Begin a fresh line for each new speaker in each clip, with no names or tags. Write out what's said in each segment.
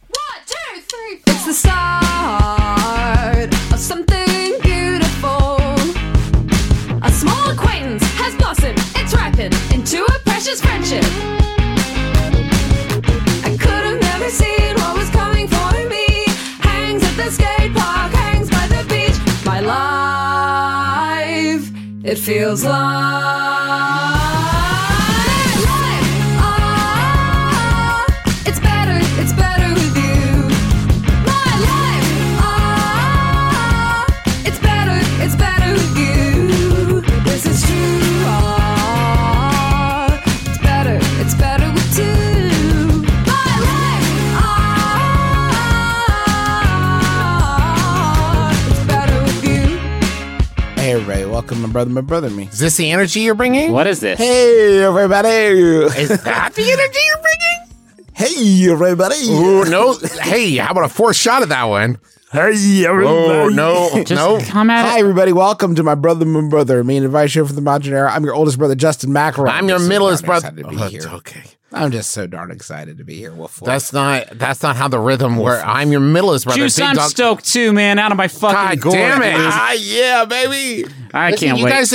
One, two, three, four.
It's the start of something beautiful. A small acquaintance has blossomed, it's ripened into a precious friendship. I could have never seen what was coming for me. Hangs at the skate park, hangs by the beach. My life, it feels like. life. Ah, it's better, it's better with you. My life, ah, it's better, it's better with you. This is true, ah, it's better, it's better with two. My life, ah, it's better with you.
Hey, everybody, welcome to Brother My Brother Me.
Is this the energy you're bringing?
What is this?
Hey, everybody.
Is that the energy you're bringing?
Hey, everybody.
Ooh, no. Hey, how about a fourth shot of that one?
Hey,
Oh, no.
Just
no.
come at
Hi,
it.
everybody. Welcome to My Brother My Brother Me, an advice show for the modern era. I'm your oldest brother, Justin McElroy.
I'm your
just so
middleest
darn
brother.
excited to be
Oh,
here.
okay.
I'm just so darn excited to be here. Wolf, wolf.
That's not that's not how the rhythm works. I'm your middleest brother.
Juice,
Big
I'm
dog-
stoked too, man. Out of my
God
fucking gourd.
damn it.
dude.
Ah, yeah, baby.
I
Listen,
can't
you
wait.
Guys,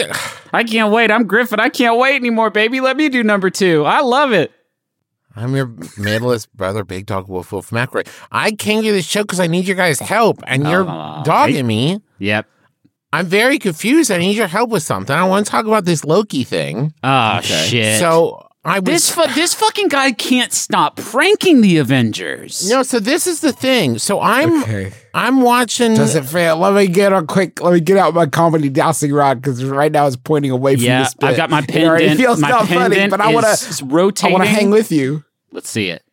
I can't wait. I'm Griffin. I can't wait anymore, baby. Let me do number two. I love it.
I'm your middleest brother, Big Dog Wolf Wolf McRae. I came to this show because I need your guys' help, and you're
Oh,
dogging me.
Yep.
I'm very confused. I need your help with something. I want to talk about this Loki thing.
Oh shit.
So I was
this fu- this fucking guy can't stop pranking the Avengers.
No, so this is the thing. So I'm
Okay.
I'm watching.
Does it fail? Let me get on quick. Let me get out my comedy dousing rod because right now it's pointing away from
Yeah,
the spit.
I've got my
It already
pendant.
feels
My
not funny,
pendant
but I want
is
to. I
rotating.
want to hang with you.
Let's see it.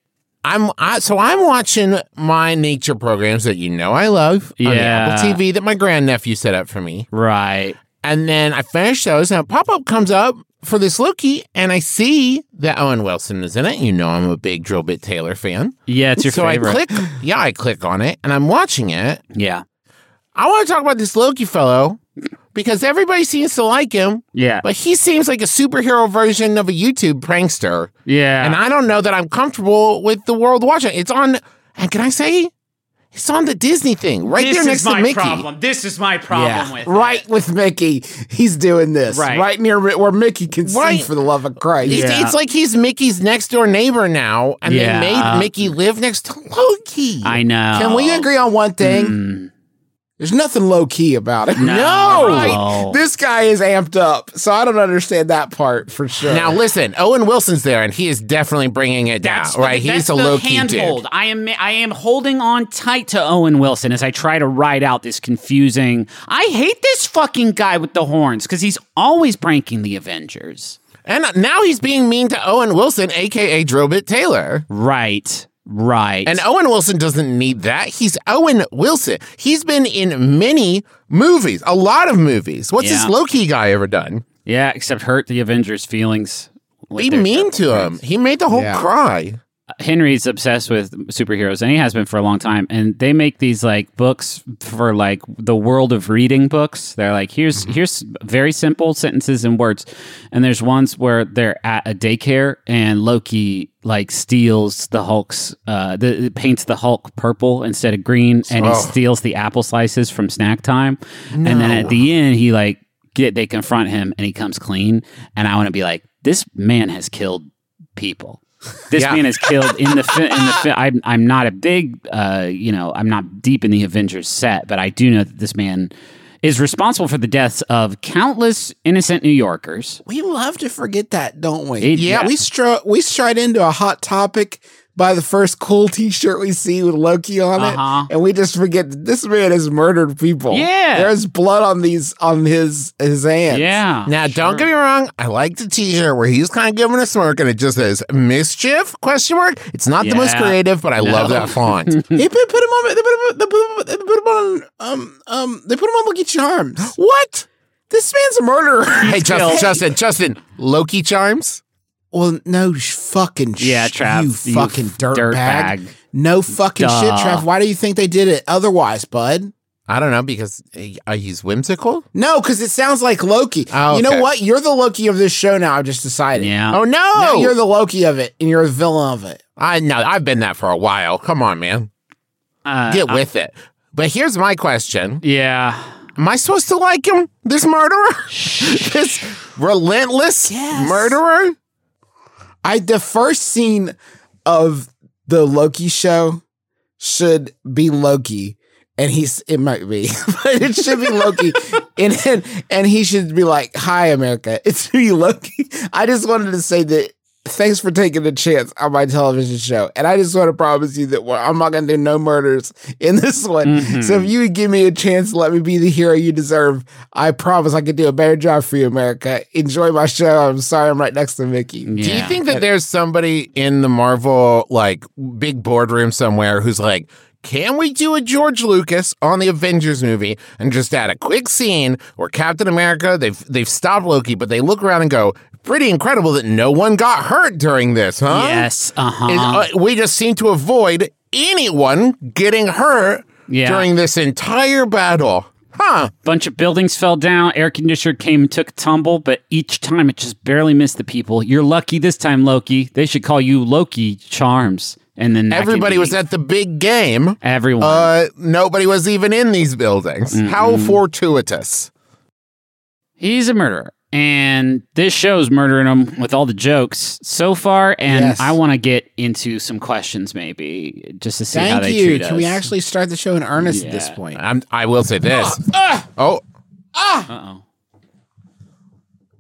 I'm I, so I'm watching my nature programs that you know I love on the
Yeah.
Apple TV that my grandnephew set up for me,
Right.
and then I finish those, and a pop up comes up for this Loki, and I see that Owen Wilson is in it. You know I'm a big Drill Bit Taylor fan,
Yeah, it's your
so
favorite.
I click. Yeah, I click on it, and I'm watching it.
yeah.
I want to talk about this Loki fellow because everybody seems to like him,
Yeah.
but he seems like a superhero version of a YouTube prankster.
yeah.
And I don't know that I'm comfortable with the world watching. It's on, and can I say, it's on the Disney thing right there next to Mickey.
This is my problem with
Right with Mickey, he's doing this
Right.
right, near Mi- where Mickey can
Right.
see for the love of Christ.
It's,
Yeah.
it's like he's Mickey's next door neighbor now, and
Yeah.
they made Mickey live next to Loki.
I know.
Can we agree on one thing? There's nothing low key about it.
No.
Right? this guy is amped up, so I don't understand that part for sure.
Now listen, Owen Wilson's there, and he is definitely bringing it down. Right? he's a Loki dude.
I am I am holding on tight to Owen Wilson as I try to ride out this confusing. I hate this fucking guy with the horns because he's always pranking the Avengers.
And now he's being mean to Owen Wilson, aka Drobit Taylor.
Right. Right.
And Owen Wilson doesn't need that. He's Owen Wilson. He's been in many movies, a lot of movies. What's
Yeah.
this Loki guy ever done?
yeah, except hurt the Avengers' feelings. with
Be
their-
mean to him. He made the whole
Yeah.
cry.
Henry's obsessed with superheroes, and he has been for a long time. And they make these like books for like the world of reading books. They're like here's here's very simple sentences and words. And there's ones where they're at a daycare, and Loki like steals the Hulk's uh, the, it paints the Hulk purple instead of green, and he steals the apple slices from snack time. And then at the end, he like get they confront him, and he comes clean. And I want to be like, this man has killed people. This
Yeah.
man is killed in the fi- in the fi- I'm I'm not a big uh you know I'm not deep in the Avengers set, but I do know that this man is responsible for the deaths of countless innocent New Yorkers.
we love to forget that, don't we?
It- yeah.
we stro- we stride into a hot topic by the first cool T-shirt we see with Loki on
Uh-huh.
it, and we just forget that this man has murdered people.
Yeah.
there's blood on these on his his hands.
Yeah.
Now, don't get me wrong. I like the T-shirt where he's kind of giving a smirk, and it just says "mischief?" question mark. It's not the most
Yeah.
creative, but I love that font.
They put, put him on. They put him. They put him, they put him on. Um, um. They put him on Lucky Charms.
what?
This man's a murderer.
hey, Justin,
killed.
Justin, Justin. Loki charms.
Well, no sh- fucking shit.
Yeah, Trav,
You
you
fucking dirtbag.
dirt bag.
No fucking shit,
Duh.
Trav. Why do you think they did it otherwise, bud?
I don't know because uh, he's whimsical.
No, because it sounds like Loki.
Oh,
You know
okay.
what? You're the Loki of this show now. I've just decided.
Yeah.
Oh
Now
no!
you're the Loki of it, and you're the villain of it.
I know. I've been that for a while. Come on, man,
Uh,
get with it. But here's my question:
yeah.
Am I supposed to like him? This murderer, this relentless murderer.
I the first scene of the Loki show should be Loki, and he's it might be, but it should be Loki, and, and and he should be like, "Hi, America, it's me, Loki." I just wanted to say that. Thanks for taking the chance on my television show, and I just want to promise you that well, I'm not going to do no murders in this one. So if you would give me a chance, to let me be the hero you deserve. I promise I could do a better job for you, America. Enjoy my show. I'm sorry I'm right next to Mickey.
Do you
Yeah.
think that there's somebody in the Marvel like big boardroom somewhere who's like, can we do a George Lucas on the Avengers movie and just add a quick scene where Captain America they've they've stopped Loki, but they look around and go, pretty incredible that no one got hurt during this, huh?
Yes. Uh-huh.
Is- uh, we just seem to avoid anyone getting hurt
Yeah.
during this entire battle, huh?
bunch of buildings fell down. Air conditioner came and took a tumble, but each time it just barely missed the people. You're lucky this time, Loki. They should call you Loki Charms. And then that could
Everybody
be
was at the big game.
everyone.
Uh, nobody was even in these buildings. How fortuitous.
He's a murderer. And this show's murdering him with all the jokes so far. And
Yes.
I want to get into some questions, maybe, just to see how
Thank
they
you.
treat us.
Can we actually start the show in earnest at this
Yeah.
point?
I'm, I will say this. oh,
Uh-oh.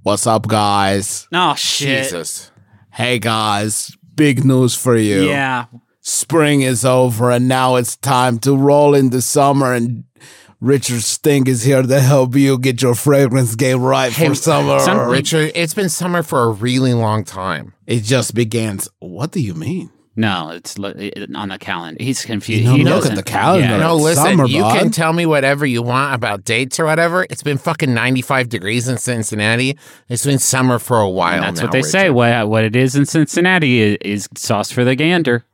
What's up, guys?
Oh, shit.
Jesus.
Hey, guys. Big news for you.
Yeah.
Spring is over, and now it's time to roll into summer. And Richard Stink is here to help you get your fragrance game right for summer.
some-
Richard, it's been summer for a really long time.
it just begins. What do you mean?
No, it's lo- it- on the calendar. He's confused.
You know,
he
look at
doesn't-
the calendar.
Yeah.
No,
It's
listen,
summer,
you
bud.
can tell me whatever you want about dates or whatever. It's been fucking 95 degrees in Cincinnati. It's been summer for a while.
That's
now,
what they
Richard.
say. What what it is in Cincinnati is, is sauce for the gander.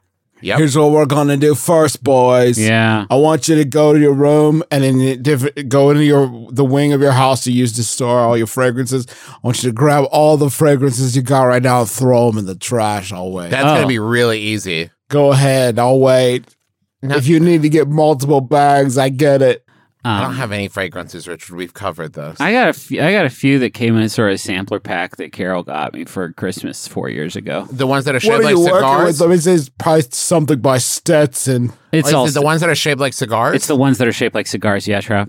Yep.
Here's what we're gonna do first, boys.
Yeah.
I want you to go to your room and then you diff- go into your the wing of your house you use to store all your fragrances. I want you to grab all the fragrances you got right now and throw them in the trash. I'll wait.
That's going
Oh.
to be really easy.
go ahead. I'll wait.
No.
If you need to get multiple bags, I get it.
I don't have any fragrances, Richard. We've covered those.
Um, I got a few, I got a few that came in a sort of sampler pack that Carol got me for Christmas four years ago.
the ones that are
what
shaped
are
like
you working
cigars.
with? Let me say it's probably something by Stetson.
It's
Is it
all
the ones that are shaped like cigars.
it's the ones that are shaped like cigars. Yeah, Trav.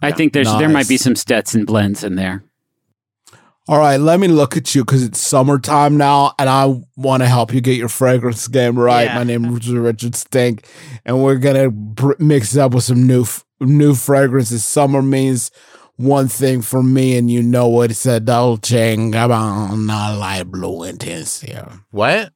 I think there's there
Nice.
might be some Stetson blends in there.
All right, let me look at you because it's summertime now, and I want to help you get your fragrance game right.
Yeah.
My name is Richard Stink, and we're gonna br- mix it up with some new f- new fragrances. Summer means one thing for me, and you know what? It's a Dolce and Gabbana light blue intense here.
what?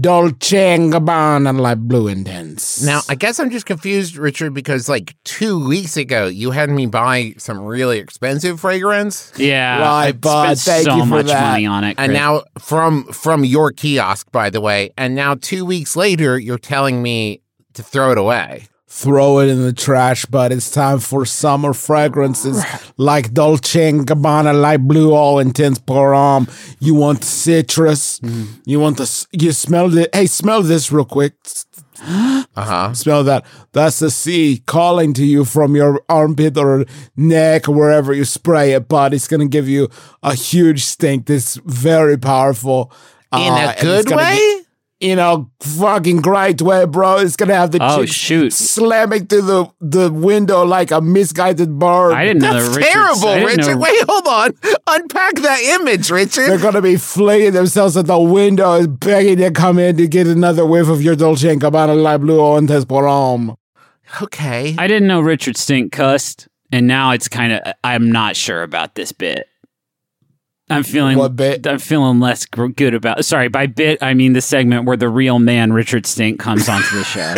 Dolce and Gabbana light blue intense.
Now, I guess I'm just confused, Richard, because like two weeks ago, you had me buy some really expensive fragrance,
Yeah,
Right,
I
bud.
spent
Thank
so
you for
much
that.
money on it.
and
Chris.
now from from your kiosk, by the way, and now two weeks later, you're telling me to throw it away.
throw it in the trash, but it's time for summer fragrances like Dolce and Gabbana Light Blue All Intense Param. You want citrus? You want the s- you smell it? Hey, smell this real quick. S-
Uh huh.
Smell that. That's the sea calling to you from your armpit or neck or wherever you spray it, but it's gonna give you a huge stink. This very powerful.
In
uh, and
a
it's
good
gonna
way.
get- you know, fucking great way, bro. It's gonna have the
Oh,
chicks
shoot.
slamming through the, the window like a misguided bird.
I didn't know
That's
that Richard's- I
terrible,
didn't know-
Richard. Wait, hold on. Unpack that image,
They're
Richard.
gonna be flinging themselves at the window and begging to come in to get another whiff of your Dolce and Gabbana La Blue on Tesporom.
Okay.
I didn't know Richard Stink cussed, and now it's kind of I'm not sure about this bit. I'm feeling
What bit?
I'm feeling less gr- good about. Sorry, by bit I mean the segment where the real man Richard Stink comes onto the show.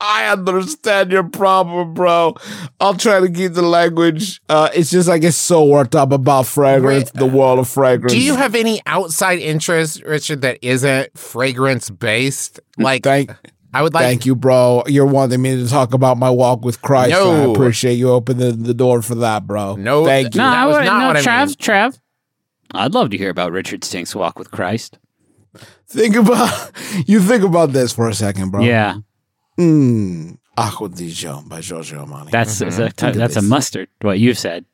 I understand your problem, bro.
I'll try to keep the language. Uh, it's just I get so worked up about fragrance, the world of fragrance.
uh, Do you have any outside interest, Richard, that isn't fragrance based? Like,
Mm, Thank,
I would like.
thank you, bro. You're wanting me to talk about my walk with Christ. and I
No.
appreciate you opening the door for that, bro.
No,
thank you.
No,
That
I
was
would,
not
no,
what I
Trav,
meant.
Trav. I'd love to hear about Richard Stink's walk with Christ.
Think about you. Think about this for a second, bro.
Yeah,
Mm, Aqua di Gio by Giorgio Armani.
that's that's, a, that's a
Mm-hmm. this.
mustard. What you've said.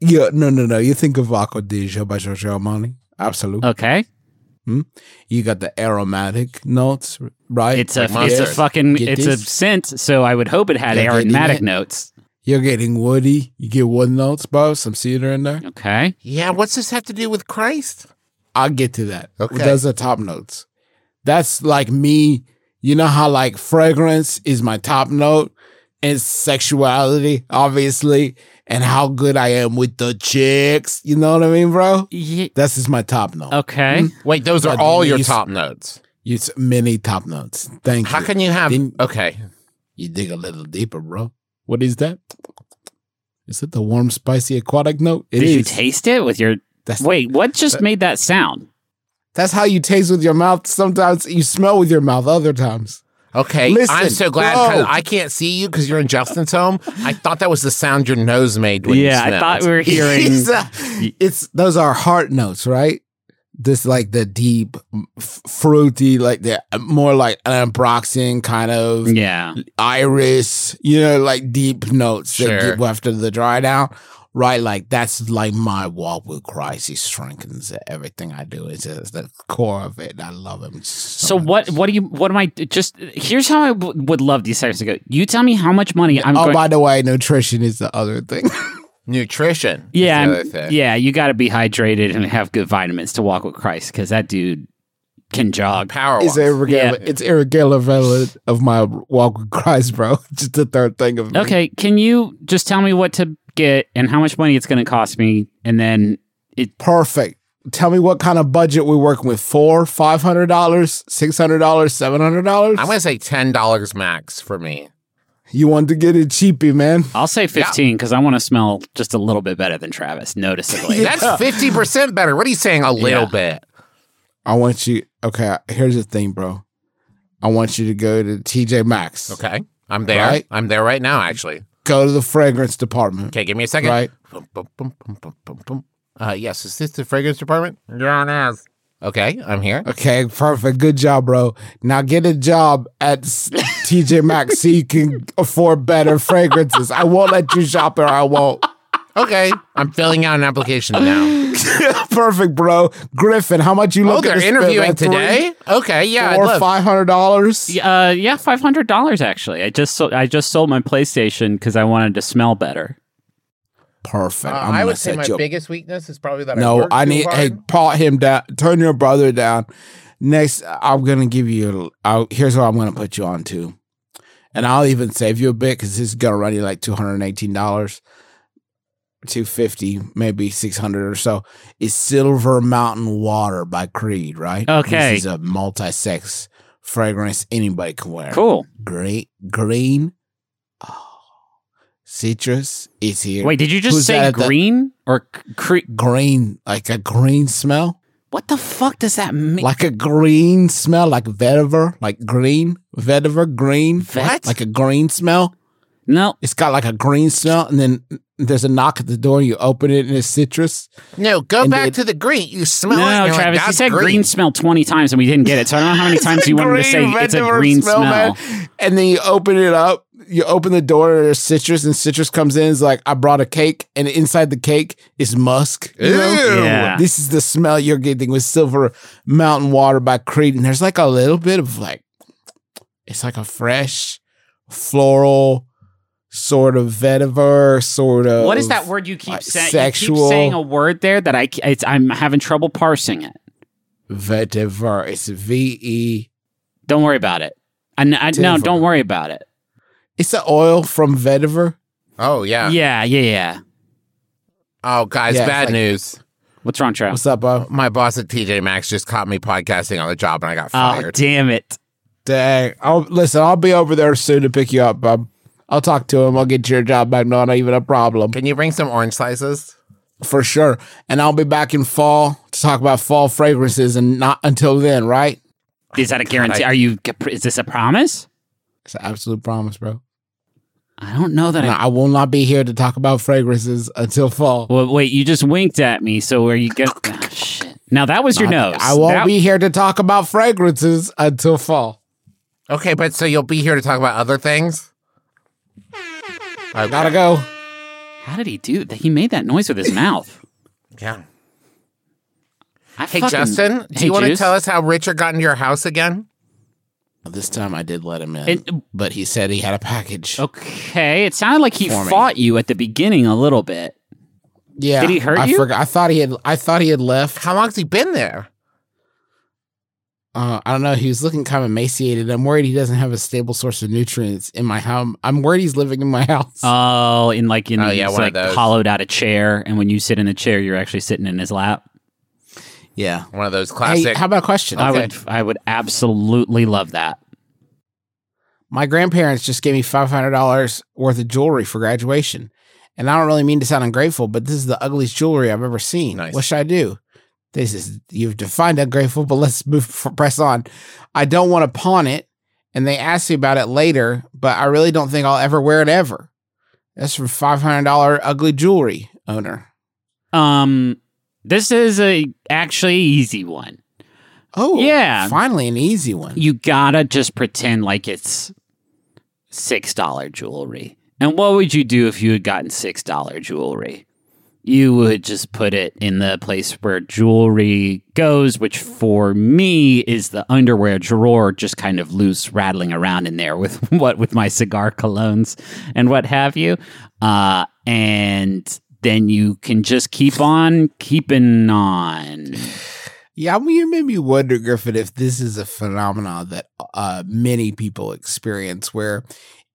yeah, no, no, no. You think of Aqua di Gio by Giorgio Armani. Absolutely.
Okay,
you got the aromatic notes, right?
it's a
Like
it's a
mustard.
fucking
Get
it's
this.
a scent. So I would hope it had
Yeah, they did
aromatic
it.
notes.
You're getting woody. You get wood notes, bro. Some cedar in there.
Okay,
Yeah, what's this have to do with Christ?
I'll get to that.
Okay.
Those are top notes. That's like me. You know how like fragrance is my top note and sexuality, obviously, and how good I am with the chicks. You know what I mean, bro?
Ye-
That's just my top note.
okay.
Wait, those are
Uh,
all your
these-
top notes.
It's many top notes. Thank
How
you.
can you have?
Didn't-
Okay,
you dig a little deeper, bro? What is that? Is it the warm, spicy aquatic note? It is.
Did you taste it with your?
That's-
Wait, what just made that sound?
That's how you taste with your mouth. Sometimes you smell with your mouth. Other times.
okay.
Listen,
I'm so glad
bro.
'cause I can't see you because you're in Justin's home. I thought that was the sound your nose made when
yeah,
you
I thought we
smelled.
were hearing.
it's, uh, it's- those are heart notes, right? This like the deep, f- fruity, like the more like an ambroxan kind of
yeah,
iris, you know, like deep notes
Sure.
that get after the dry down. Right, like that's like my walk with Christ. He strengthens everything I do. It's just the core of it. I love him.
So what? What do you? What am I? Just here's how I w- would love these seconds to go. You tell me how much money I'm.
oh,
going,
by the way, nutrition is the other thing.
nutrition. is
yeah,
the
I'm-
other thing.
yeah. You got to be hydrated and have good vitamins to walk with Christ because that dude can jog.
power.
It's
walks.
irregular. It's irregular of my walk with Christ, bro. Just the third thing of me.
Okay, can you just tell me what to get and how much money it's going to cost me, and then it.
Perfect. Tell me what kind of budget we're working with. Four, five hundred dollars, six hundred dollars, seven hundred dollars.
I'm gonna say ten dollars max for me.
You want to get it cheapy, man.
I'll say 15 because I want to smell just a little bit better than Travis, noticeably.
That's fifty percent better. What are you saying? A little bit.
I want you. Okay, here's the thing, bro. I want you to go to TJ Maxx.
Okay, I'm there.
Right.
I'm there right now. Actually,
Go to the fragrance department.
okay. Give me a second.
Right.
Bum, bum, bum, bum, bum, bum, bum. Uh, yes. Is this the fragrance department? Yeah, it is. Okay, I'm here.
Okay, perfect. Good job, bro. Now get a job at s- TJ Maxx so you can afford better fragrances. I won't let you shop there. I won't.
Okay, I'm filling out an application now.
Perfect, bro. Griffin, how much you
oh,
look at
they're
this bid,
interviewing
man? Three,
today. Okay, yeah, I'd
Four,
love-
five hundred dollars.
Uh, yeah, five hundred dollars actually. I just sold, I just sold my PlayStation because I wanted to smell better.
Perfect.
Uh,
I'm
I
gonna
would say
set
my
you up.
biggest weakness is probably that. I
No,
work
I
too
need.
hard.
Hey, part him down. Turn your brother down. Next, I'm gonna give you. I, here's what I'm gonna put you on to, and I'll even save you a bit because this is gonna run you like two hundred eighteen dollars, two fifty, maybe six hundred or so. Is Silver Mountain Water by Creed, right?
Okay.
this is a multi-sex fragrance anybody can wear.
Cool.
Great green. Oh, citrus is here.
Wait, did you just
Who's that
say
at the-
green or cre-
green, like a green smell.
What the fuck does that mean?
like a green smell, like vetiver, like green, vetiver, green,
Vet-
like a green smell.
no,
It's got like a green smell, and then there's a knock at the door. You open it, and it's citrus.
no, go
and
back
it-
to the green. You smell it.
no,
and you're like,
Travis, you
"That's
said green. smell twenty times and we didn't get it. So I don't know how many times you wanted to say it's a green smell.
man. And then you open it up. You open the door, and there's citrus, and citrus comes in. It's like I brought a cake, and inside the cake is musk. you know?
Ew.
Yeah.
This is the smell you're getting with Silver Mountain Water by Creed. And there's like a little bit of like, it's like a fresh, floral, sort of vetiver, sort of.
What is that word you keep
like,
saying? You keep
sexual-
saying a word there that I c- it's, I'm having trouble parsing it.
Vetiver. It's V E.
Don't worry about it. I, kn- I, no,
Tiver.
don't worry about it.
It's the oil from vetiver.
Oh yeah.
Yeah, yeah, yeah.
Oh guys,
Yeah, it's
bad
like-
news.
What's wrong, Travis?
What's up, bro?
My boss at TJ Maxx just caught me podcasting on the job, and I got
Oh,
fired.
damn it.
Dang. I'll listen. I'll be over there soon to pick you up. Um, I'll talk to him. I'll get you your job back. Not even a problem
Can you bring some orange slices?
for sure. And I'll be back in fall to talk about fall fragrances. And not until then, right?
Is that a guarantee? Are you? Is this a promise?
It's an absolute promise, bro.
I don't know that.
And
I,
I will not be here to talk about fragrances until fall.
well, wait. You just winked at me. So are you going? Ah, shit. Now that was your nose.
I won't
That-
be here to talk about fragrances until fall.
Okay, but so you'll be here to talk about other things?
Gotta go.
How did he do? that? He made that noise with his mouth.
Yeah.
I
Hey,
fucking-
Justin, do
Hey,
you want to
Juice?
tell us how Richard got into your house again?
This time I did let him in,
It-
but he said he had a package.
Oh, Okay, it sounded like he
For me.
fought you at the beginning a little bit.
yeah,
did he hurt
I
you?
Forgot, I thought he had. I thought he had left.
How long's he been there?
Uh, I don't know. He was looking kind of emaciated. I'm worried he doesn't have a stable source of nutrients in my home. I'm worried he's living in my house.
Oh, in like in
Oh,
he's
yeah, one of
like
those.
hollowed out a chair, and when you sit in the chair, you're actually sitting in his lap.
yeah.
One of those
Hey,
classic.
how about a question?
I
Okay.
would, I would absolutely love that.
my grandparents just gave me $500 worth of jewelry for graduation. And I don't really mean to sound ungrateful, but this is the ugliest jewelry I've ever seen.
Nice.
What should I do? This is, you've defined ungrateful, but let's move, press on. I don't want to pawn it. And they asked me about it later, but I really don't think I'll ever wear it ever. That's from $500 ugly jewelry owner.
Um, this is a actually easy one.
Oh,
Yeah.
Finally, an easy one.
You gotta just pretend like it's six dollar jewelry. And what would you do if you had gotten six dollar jewelry? You would just put it in the place where jewelry goes, which for me is the underwear drawer, just kind of loose, rattling around in there with what with my cigar colognes and what have you. Uh, and then you can just keep on keeping on.
Yeah, I mean, you made me wonder, Griffin, if this is a phenomenon that uh, many people experience, where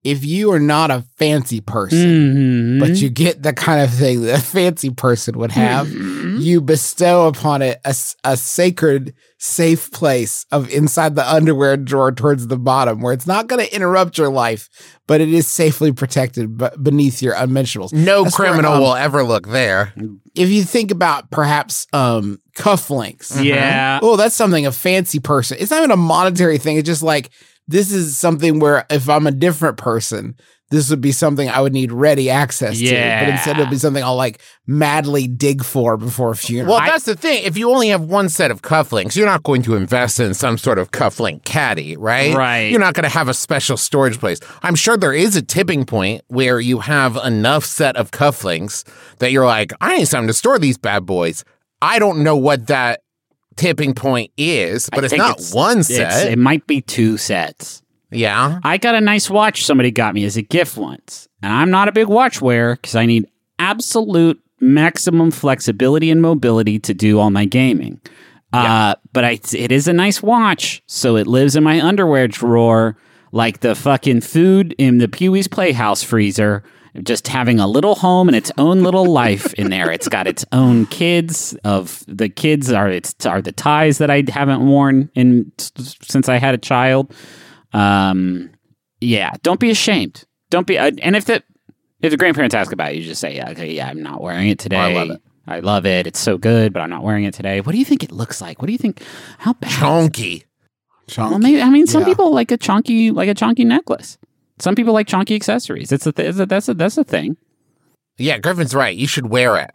if you are not a fancy person,
Mhm.
but you get the kind of thing that a fancy person would have,
Mm-hmm.
you bestow upon it a, s- a sacred, safe place of inside the underwear drawer towards the bottom, where it's not going to interrupt your life, but it is safely protected b- beneath your unmentionables
Mm.
no
That's where,
criminal
um,
will ever look there.
if you think about perhaps um cufflinks.
Yeah.
Oh, that's something a fancy person. It's not even a monetary thing. It's just like this is something where if I'm a different person, this would be something I would need ready access to. But instead, it'll be
Yeah.
something I'll like madly dig for before a funeral.
Well, that's the thing. If you only have one set of cufflinks, you're not going to invest in some sort of cufflink caddy, right?
Right.
You're not going to have a special storage place. I'm sure there is a tipping point where you have enough set of cufflinks that you're like, I need something to store these bad boys. I don't know what that tipping point is, but
I
it's
think
not one
it's-
set.
It might be two sets.
yeah.
I got a nice watch somebody got me as a gift once, and I'm not a big watch wearer because I need absolute maximum flexibility and mobility to do all my gaming. Uh, but I, it is a nice watch, so it lives in my underwear drawer like the fucking food in the Pee Wee's Playhouse freezer. Just having a little home and its own little life in there. It's got its own kids. Of the kids are its are the ties that I haven't worn in since I had a child. Um, yeah, don't be ashamed. Don't be. Uh, and if the if the grandparents ask about it, you just say, yeah, okay, yeah, I'm not wearing it today.
Oh, I love it.
I love it. It's so good, but I'm not wearing it today. What do you think it looks like? What do you think? How bad?
Chonky.
Chunk.
Well, maybe. I mean, some
Yeah.
people like a chunky, like a chunky necklace. Some people like chunky accessories. It's a, th- it's a that's a that's a thing.
Yeah, Griffin's right. You should wear it.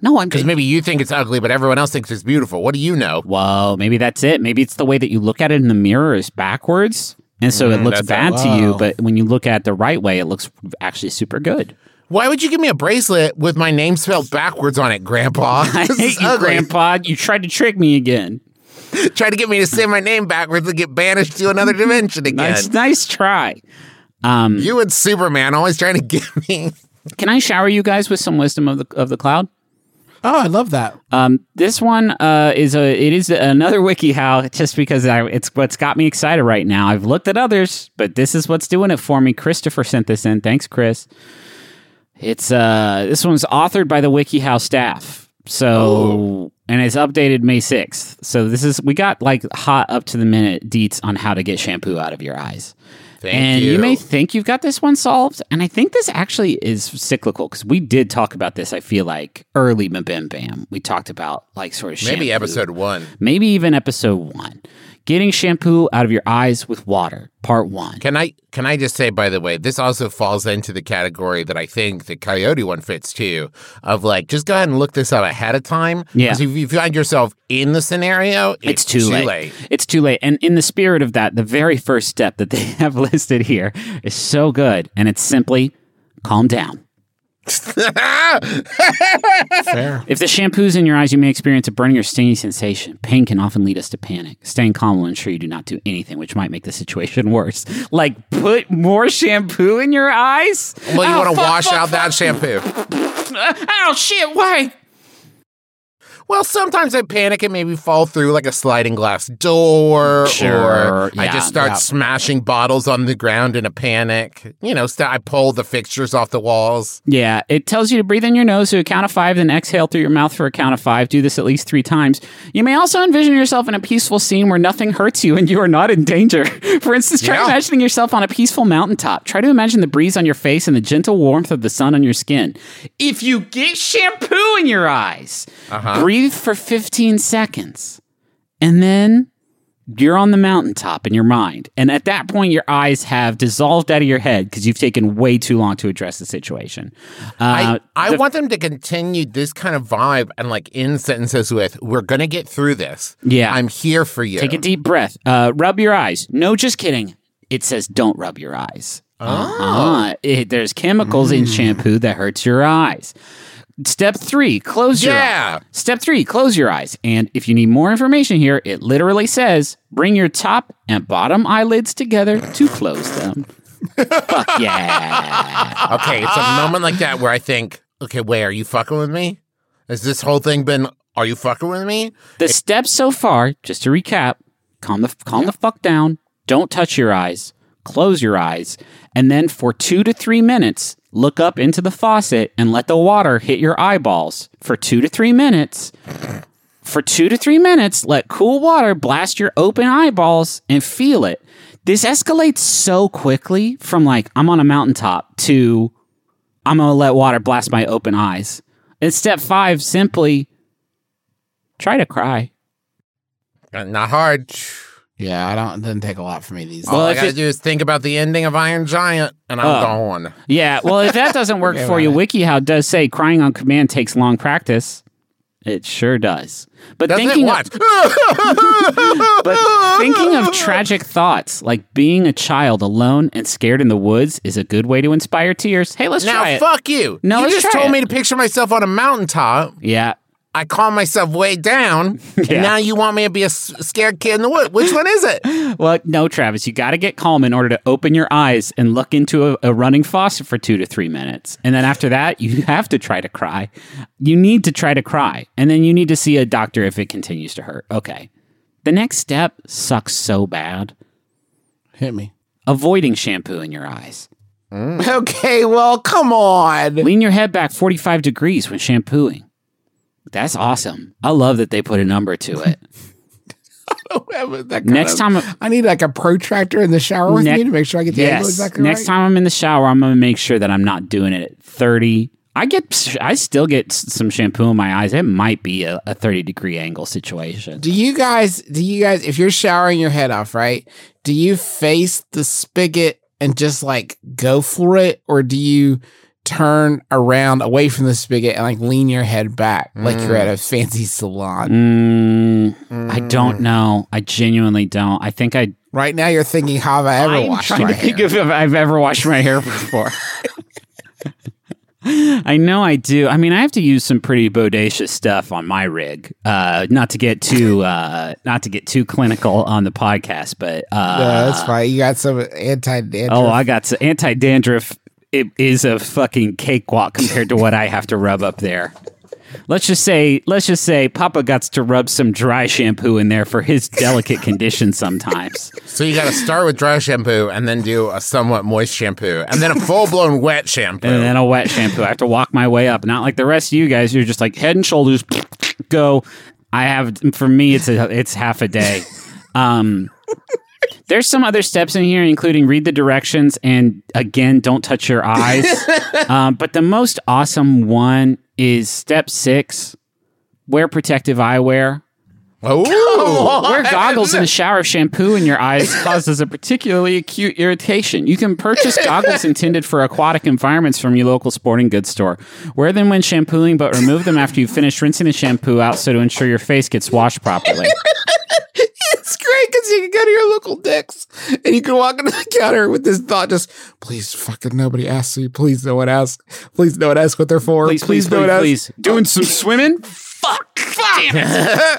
No, I'm
Because
just.
maybe you think it's ugly, but everyone else thinks it's beautiful. What do you know?
Whoa, maybe that's it. Maybe it's the way that you look at it in the mirror is backwards, and so it looks
that's
bad
it.
to you.
Wow.
But when you look at it the right way, it looks actually super good.
Why would you give me a bracelet with my name spelled backwards on it, Grandpa?
I
This is
hate you,
ugly.
Grandpa. You tried to trick me again.
Try to get me to say my name backwards and get banished to another dimension again.
Nice, nice try. Um,
You and Superman always trying to get me.
can I shower you guys with some wisdom of the of the cloud?
Oh, I love that.
Um, this one uh, is a it is another WikiHow just because I, it's what's got me excited right now. I've looked at others, but this is what's doing it for me. Christopher sent this in. Thanks, Chris. It's uh, this one's authored by the WikiHow staff. So and it's updated May 6th. So this is we got like hot up to the minute deets on how to get shampoo out of your eyes.
Thank
and you.
you.
may think you've got this one solved, and I think this actually is cyclical because we did talk about this. I feel like early Bim Bam, we talked about like sort of
Maybe
shampoo
episode one.
maybe even episode one. Getting shampoo out of your eyes with water, part one.
Can I can I just say by the way, this also falls into the category that I think the coyote one fits too, of like just go ahead and look this up ahead of time.
Yeah.
'Cause if you find yourself in the scenario,
It's too, late. It's too late. And in the spirit of that, the very first step that they have listed here is so good. And it's simply calm down.
Fair.
If the shampoo's in your eyes, you may experience a burning or stinging sensation. Pain can often lead us to panic. Staying calm will ensure you do not do anything, which might make the situation worse. Like, put more shampoo in your eyes?
Well, you
Oh,
want to
fuck,
wash
fuck,
out that shampoo.
fuck. Oh, shit, why?
Well, sometimes I panic and maybe fall through like a sliding glass door,
Sure,
or I
yeah,
just start
yeah.
smashing bottles on the ground in a panic. You know, st- I pull the fixtures off the walls.
Yeah, it tells you to breathe in your nose to a count of five, then exhale through your mouth for a count of five. Do this at least three times. You may also envision yourself in a peaceful scene where nothing hurts you and you are not in danger. For instance, try
Yeah.
imagining yourself on a peaceful mountaintop. Try to imagine the breeze on your face and the gentle warmth of the sun on your skin. If you get shampoo in your eyes, breathe for 15 seconds. And then you're on the mountaintop in your mind. And at that point, your eyes have dissolved out of your head because you've taken way too long to address the situation. Uh,
I, I want them to continue this kind of vibe and like in sentences with, we're going to get through this.
Yeah.
I'm here for you.
take a deep breath. Uh, rub your eyes. No, just kidding. It says don't rub your eyes. Uh-huh. It- there's chemicals in shampoo that hurts your eyes. Step three, close your
Yeah.
eyes. Step three, close your eyes. And if you need more information here, it literally says bring your top and bottom eyelids together to close them. Fuck yeah.
okay. It's a moment like that where I think, okay, wait, are you fucking with me? Has this whole thing been, are you fucking with me?
The steps so far, just to recap, calm the calm the fuck down. Don't touch your eyes. Close your eyes, and then for two to three minutes, look up into the faucet and let the water hit your eyeballs for two to three minutes. For two to three minutes, let cool water blast your open eyeballs and feel it. This escalates so quickly from like I'm on a mountaintop to I'm gonna let water blast my open eyes. And step five, simply try to cry.
Uh, Not hard.
Yeah, I don't. It doesn't take a lot for me these.
All
Well,
I
if
got to
it-
do is think about the ending of Iron Giant and I'm gone.
Yeah, well, if that doesn't work for you, WikiHow does say crying on command takes long practice. It sure does. But
Doesn't
thinking
it? Watch.
but thinking of tragic thoughts like being a child alone and scared in the woods is a good way to inspire tears. Hey, let's try
now,
it.
fuck you.
No,
you
let's
just
try
told
it.
me to picture myself on a mountaintop.
Yeah.
I calm myself way down.
Yeah.
And now you want me to be a s- scared kid in the wood. Which one is it?
Well, no, Travis, you got to get calm in order to open your eyes and look into a, a running faucet for two to three minutes. And then after that, you have to try to cry. You need to try to cry. And then you need to see a doctor if it continues to hurt. Okay. The next step sucks so bad
Hit me.
avoiding shampoo in your eyes.
Okay, well, come on.
Lean your head back 45 degrees when shampooing. That's awesome. I love that they put a number to it. Next time,
I need like a protractor in the shower with
Next-
me to make sure I get the angle
yes.
exactly
Next
right.
time I'm in the shower, I'm gonna make sure that I'm not doing it at 30. I get, I still get s- some shampoo in my eyes. It might be a, a 30 degree angle situation.
Do you guys? Do you guys? If you're showering your head off, right? Do you face the spigot and just like go for it, or do you turn around away from the spigot and like lean your head back like you're at a fancy salon?
Mm, I don't know. I genuinely don't. I think I.
Right now, you're thinking, "How have I ever
I'm
washed
trying
my
to think
hair?"
if I've ever washed my hair before. I know I do. I mean, I have to use some pretty bodacious stuff on my rig. Uh, not to get too, uh, not to get too clinical on the podcast, but uh,
no, that's fine. You got some anti dandruff.
Oh, I got to anti dandruff. It is a fucking cakewalk compared to what I have to rub up there. Let's just say, let's just say, Papa got to rub some dry shampoo in there for his delicate condition sometimes.
So you got to start with dry shampoo and then do a somewhat moist shampoo and then a full blown wet shampoo.
And then a wet shampoo. I have to walk my way up. Not like the rest of you guys. You're just like head and shoulders, go. I have for me it's a, it's half a day. Um, there's some other steps in here, including read the directions and again, don't touch your eyes. um, but the most awesome one is step six: wear protective eyewear.
Oh,
Wear goggles and a shower of shampoo in your eyes causes a particularly acute irritation. You can purchase goggles intended for aquatic environments from your local sporting goods store. Wear them when shampooing, but remove them after you've finished rinsing the shampoo out so to ensure your face gets washed properly.
It's great because you can go to your local Dick's and you can walk into the counter with this thought: just please, fucking nobody asks you. Please, no one asks. Please, no one asks what they're for.
Please, please,
no
please,
one
please. Doing some swimming?
fuck, fuck.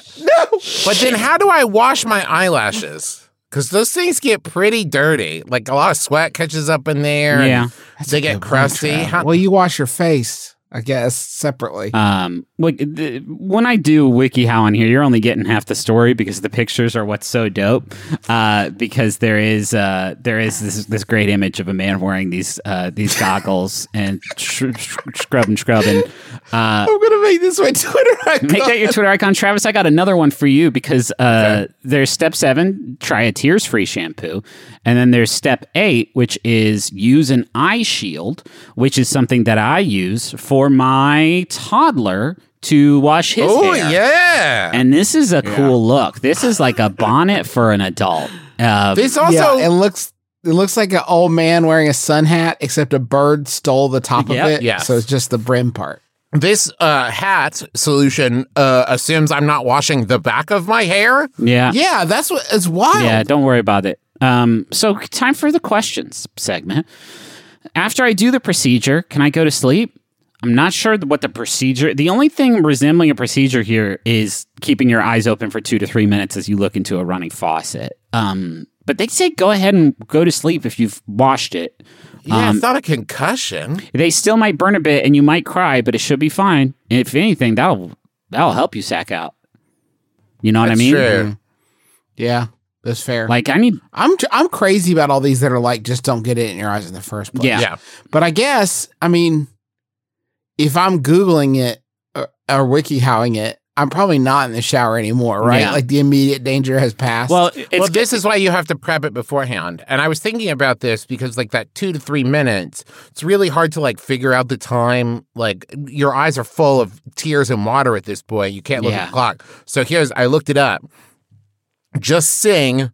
But then how do I wash my eyelashes? Because those things get pretty dirty. Like a lot of sweat catches up in there. and
Yeah.
They get crusty. How- Oh,
Well, you wash your face, I guess, separately.
Um, like the, when I do WikiHow on here, you're only getting half the story because the pictures are what's so dope. Uh, because there is uh, there is this this great image of a man wearing these uh, these goggles and sh- sh- scrubbing scrubbing. Uh,
I'm gonna make this my Twitter icon.
Make that your Twitter icon, Travis. I got another one for you because uh, there's step seven: try a tears-free shampoo, and then there's step eight, which is use an eye shield, which is something that I use for my toddler to wash his
oh,
hair.
yeah.
And this is a cool look. This is like a bonnet for an adult. Uh,
this also,
yeah, it looks it looks like an old man wearing a sun hat, except a bird stole the top
Yep.
of it.
Yes.
So it's just the brim part.
this uh, hat solution uh, assumes I'm not washing the back of my hair.
yeah,
Yeah, that's what it's wild.
Yeah, don't worry about it. Um, so, time for the questions segment. After I do the procedure, can I go to sleep? I'm not sure what the procedure. The only thing resembling a procedure here is keeping your eyes open for two to three minutes as you look into a running faucet. Um, but they say go ahead and go to sleep if you've washed it.
Yeah,
Um,
it's not a concussion.
They still might burn a bit and you might cry, but it should be fine. If anything, that'll that'll help you sack out. You know what
That's
I mean?
true.
Yeah, that's fair.
Like I need.
I'm tr- I'm crazy about all these that are like just don't get it in your eyes in the first place.
Yeah.
Yeah.
But I guess I mean, if I'm googling it or, or WikiHowing it, I'm probably not in the shower anymore, right?
Yeah.
Like the immediate danger has passed.
Well, it's
well, this is why you have to prep it beforehand. And I was thinking about this because, like, that two to three minutes, it's really hard to, like, figure out the time. Like, your eyes are full of tears and water at this point. You can't look at
Yeah.
the clock. So here's, I looked it up. Just sing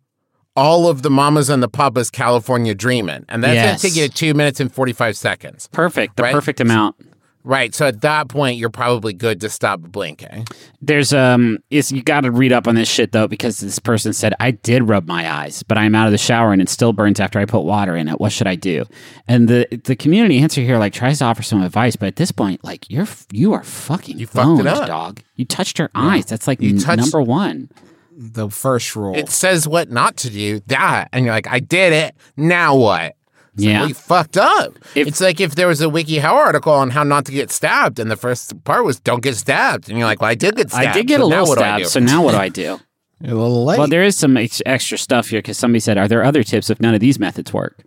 all of the Mamas and the Papas California Dreamin'. And that's
Yes.
going to take you two minutes and 45 seconds.
perfect. The
Right.
perfect amount.
Right. So at that point, you're probably good to stop blinking.
There's um is you got to read up on this shit though because this person said I did rub my eyes, but I'm out of the shower and it still burns after I put water in it. What should I do? And the the community answer here like tries to offer some advice, but at this point like you're f- you are fucking
You fucked it
boned,
up.
dog. You touched her eyes. That's like n-
touched-
number 1.
the first rule.
It says what not to do, that. And you're like, I did it. Now what? It's like,
Yeah.
well, you fucked up.
If-
it's like if there was a WikiHow article on how not to get stabbed, and the first part was don't get stabbed. And you're like, well, I did get stabbed.
I did get
so
a
now
little
what do I
stab,
do?
so now what do I do?
You're a little late.
Well, there is some ex- extra stuff here because somebody said, "Are there other tips if none of these methods work?"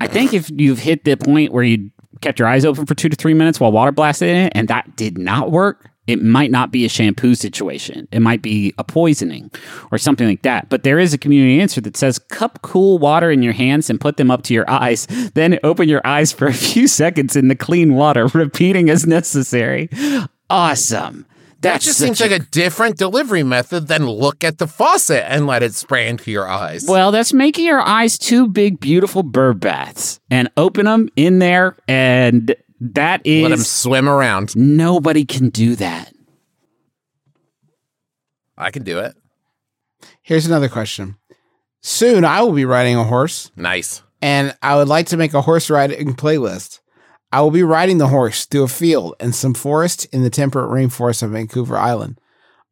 I think if you've hit the point where you kept your eyes open for two to three minutes while water blasted in it, and that did not work, it might not be a shampoo situation. It might be a poisoning or something like that. But there is a community answer that says, "Cup cool water in your hands and put them up to your eyes. Then open your eyes for a few seconds in the clean water, repeating as necessary." Awesome.
that
That's
just seems like a different delivery method than look at the faucet and let it spray into your eyes.
Well, that's making your eyes two big, beautiful bird baths and open them in there. And that
let them
is
swim around.
nobody can do that.
I can do it.
Here's another question. Soon I will be riding a horse
Nice.
and I would like to make a horse riding playlist. I will be riding the horse through a field and some forest in the temperate rainforest of Vancouver Island.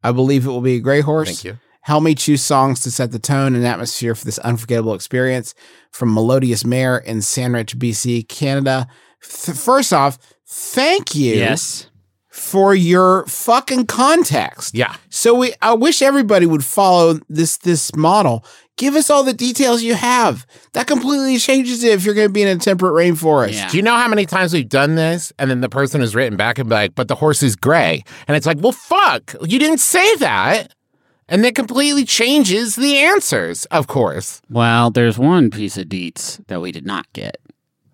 I believe it will be a gray horse.
Thank you.
Help me choose songs to set the tone and atmosphere for this unforgettable experience from Melodious Mare in Sandwich, BC, Canada. Th- first off, thank you
Yes.
for your fucking context.
Yeah.
So we, I wish everybody would follow this this model. Give us all the details you have. That completely changes it if you're going to be in a temperate rainforest.
Yeah.
Do you know how many times we've done this? And then the person has written back and be like, but the horse is gray. And it's like, well, fuck, you didn't say that. And that completely changes the answers, of course.
Well, there's one piece of deets that we did not get.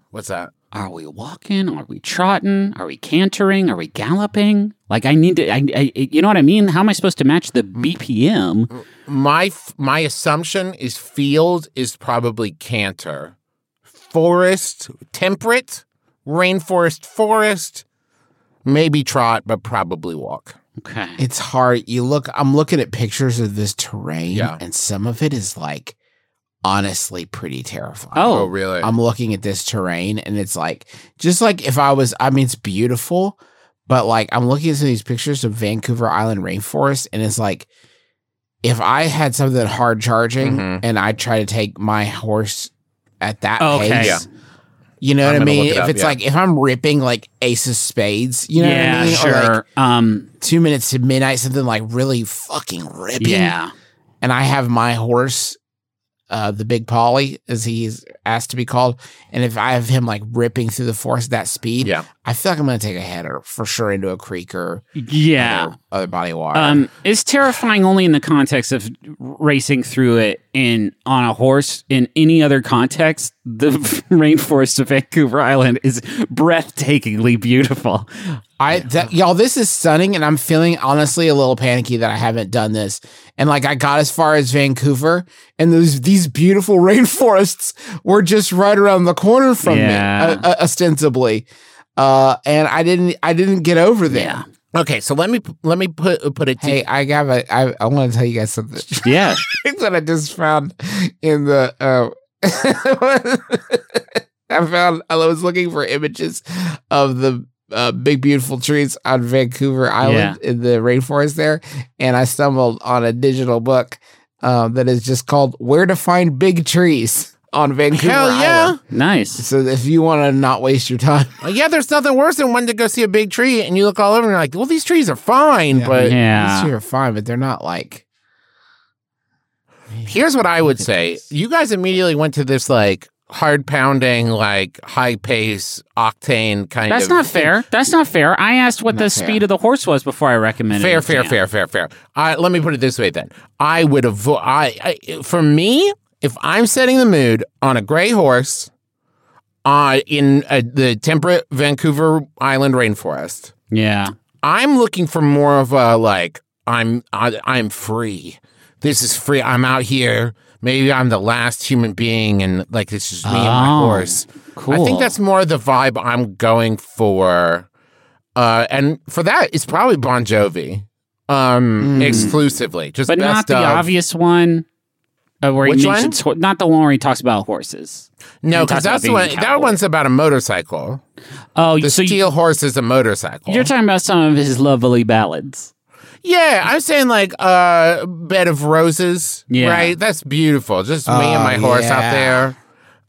What's that?
Are we walking? Are we trotting? Are we cantering? Are we galloping? Like I need to, I, I you know what I mean? How am I supposed to match the
Mm.
BPM?
My f- my assumption is field is probably canter. Forest, temperate, rainforest, forest, maybe trot, but probably walk.
Okay.
It's hard. You look, I'm looking at pictures of this terrain,
Yeah.
and some of it is like honestly pretty terrifying.
Oh,
really?
I'm looking at this terrain, and it's like, just like if I was, I mean, it's beautiful, but like I'm looking at some of these pictures of Vancouver Island rainforest, and it's like, if I had something hard charging
Mhm.
and I try to take my horse at that
Okay.
pace,
Yeah.
you know
I'm
what I
gonna
mean?
look it
If
up,
it's
yeah.
like, if I'm ripping like Ace of Spades, you know
yeah,
what I mean? Or, like,
sure. um,
two minutes to midnight, something like really fucking ripping.
yeah.
And I have my horse, uh, the big Polly, as he's asked to be called. And if I have him like ripping through the forest at that speed,
Yeah.
I feel like I'm going to take a header for sure into a creek or
Yeah.
other, other body of water.
Um, it's terrifying only in the context of racing through it in on a horse. In any other context, the rainforest of Vancouver Island is breathtakingly beautiful.
I that, y'all, this is stunning, and I'm feeling honestly a little panicky that I haven't done this. And like I got as far as Vancouver, and those these beautiful rainforests were just right around the corner from
Yeah.
me, uh, uh, ostensibly. Uh, and I didn't, I didn't get over there.
Yeah.
Okay, so let me p- let me put put it to
Hey, I got a, I, I want to tell you guys something
Yeah.
that I just found in the. Uh, I found I was looking for images of the uh, big beautiful trees on Vancouver Island in the rainforest there, and I stumbled on a digital book um, that is just called "Where to Find Big Trees on Vancouver
Hell yeah.
Island."
nice.
So if you want to not waste your time,
Well, yeah, there's nothing worse than wanting to go see a big tree and you look all over and you're like, well, these trees are fine,
Yeah.
but
these
Yeah.
trees are fine, but they're not like
here's what I would say. You guys immediately went to this like hard pounding, like high pace, octane kind
That's
of.
not fair. That's not fair. I asked what
fair.
the speed of the horse was before I recommended
Fair,
it.
fair,
Yeah.
fair, fair, fair. Uh, let me put it this way then. I would avoid, I, I, for me, if I'm setting the mood on a gray horse uh, in uh, the temperate Vancouver Island rainforest,
Yeah.
I'm looking for more of a like I'm I, I'm free. This is free. I'm out here. Maybe I'm the last human being, and like this is me and my
Oh,
horse. I
cool.
think that's more the vibe I'm going for. Uh, and for that, it's probably Bon Jovi, um, exclusively. Just
Hmm. But
best
not the
of.
obvious one. Uh, where
Which
he
one?
mentions hor- not the one where he talks about horses.
No,
You talked
because
about
that's the
being a
one. That
cowboy.
one's about a motorcycle.
Oh,
The
so you-
steel horse is a motorcycle.
you're talking about some of his lovely ballads.
Yeah, I'm saying like uh bed of roses.
Yeah.
Right? That's beautiful. Just me and
Oh,
my horse out
yeah.
there.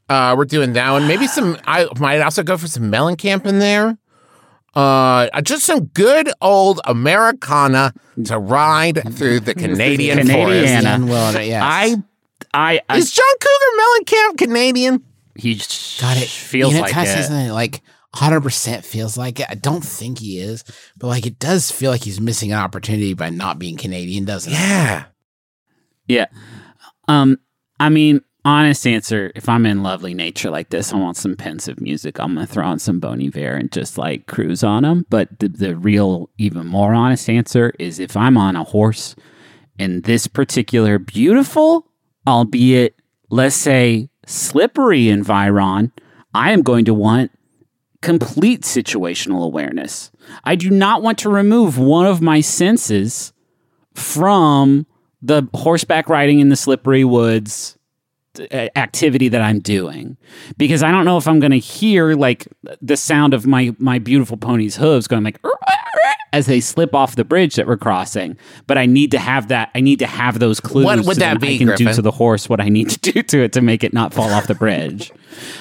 Uh we're doing that one. Maybe some I might also go for some Mellencamp in there. Uh just some good old Americana to ride through the Canadian forest.
Canadiana.
Ian Wilder, yes.
I, I, I
Is John Cougar Mellencamp Canadian?
he sh-
God, it
feels
you know,
like
kinda says
it.
something like 100% feels like it. I don't think he is, but like it does feel like he's missing an opportunity by not being Canadian, doesn't it?
Yeah.
Yeah. Um, I mean, honest answer. If I'm in lovely nature like this, I want some pensive music. I'm gonna throw on some Bon Iver and just like cruise on them. But the, the real, even more honest answer is if I'm on a horse in this particular beautiful, albeit let's say slippery environ, I am going to want complete situational awareness. I do not want to remove one of my senses from the horseback riding in the slippery woods uh, activity that I'm doing because I don't know if I'm going to hear like the sound of my my beautiful pony's hooves going like as they slip off the bridge that we're crossing but I need to have that I need to have those clues
What would
so
that
I
be,
can do
Griffin?
to the horse what I need to do to it to make it not fall off the bridge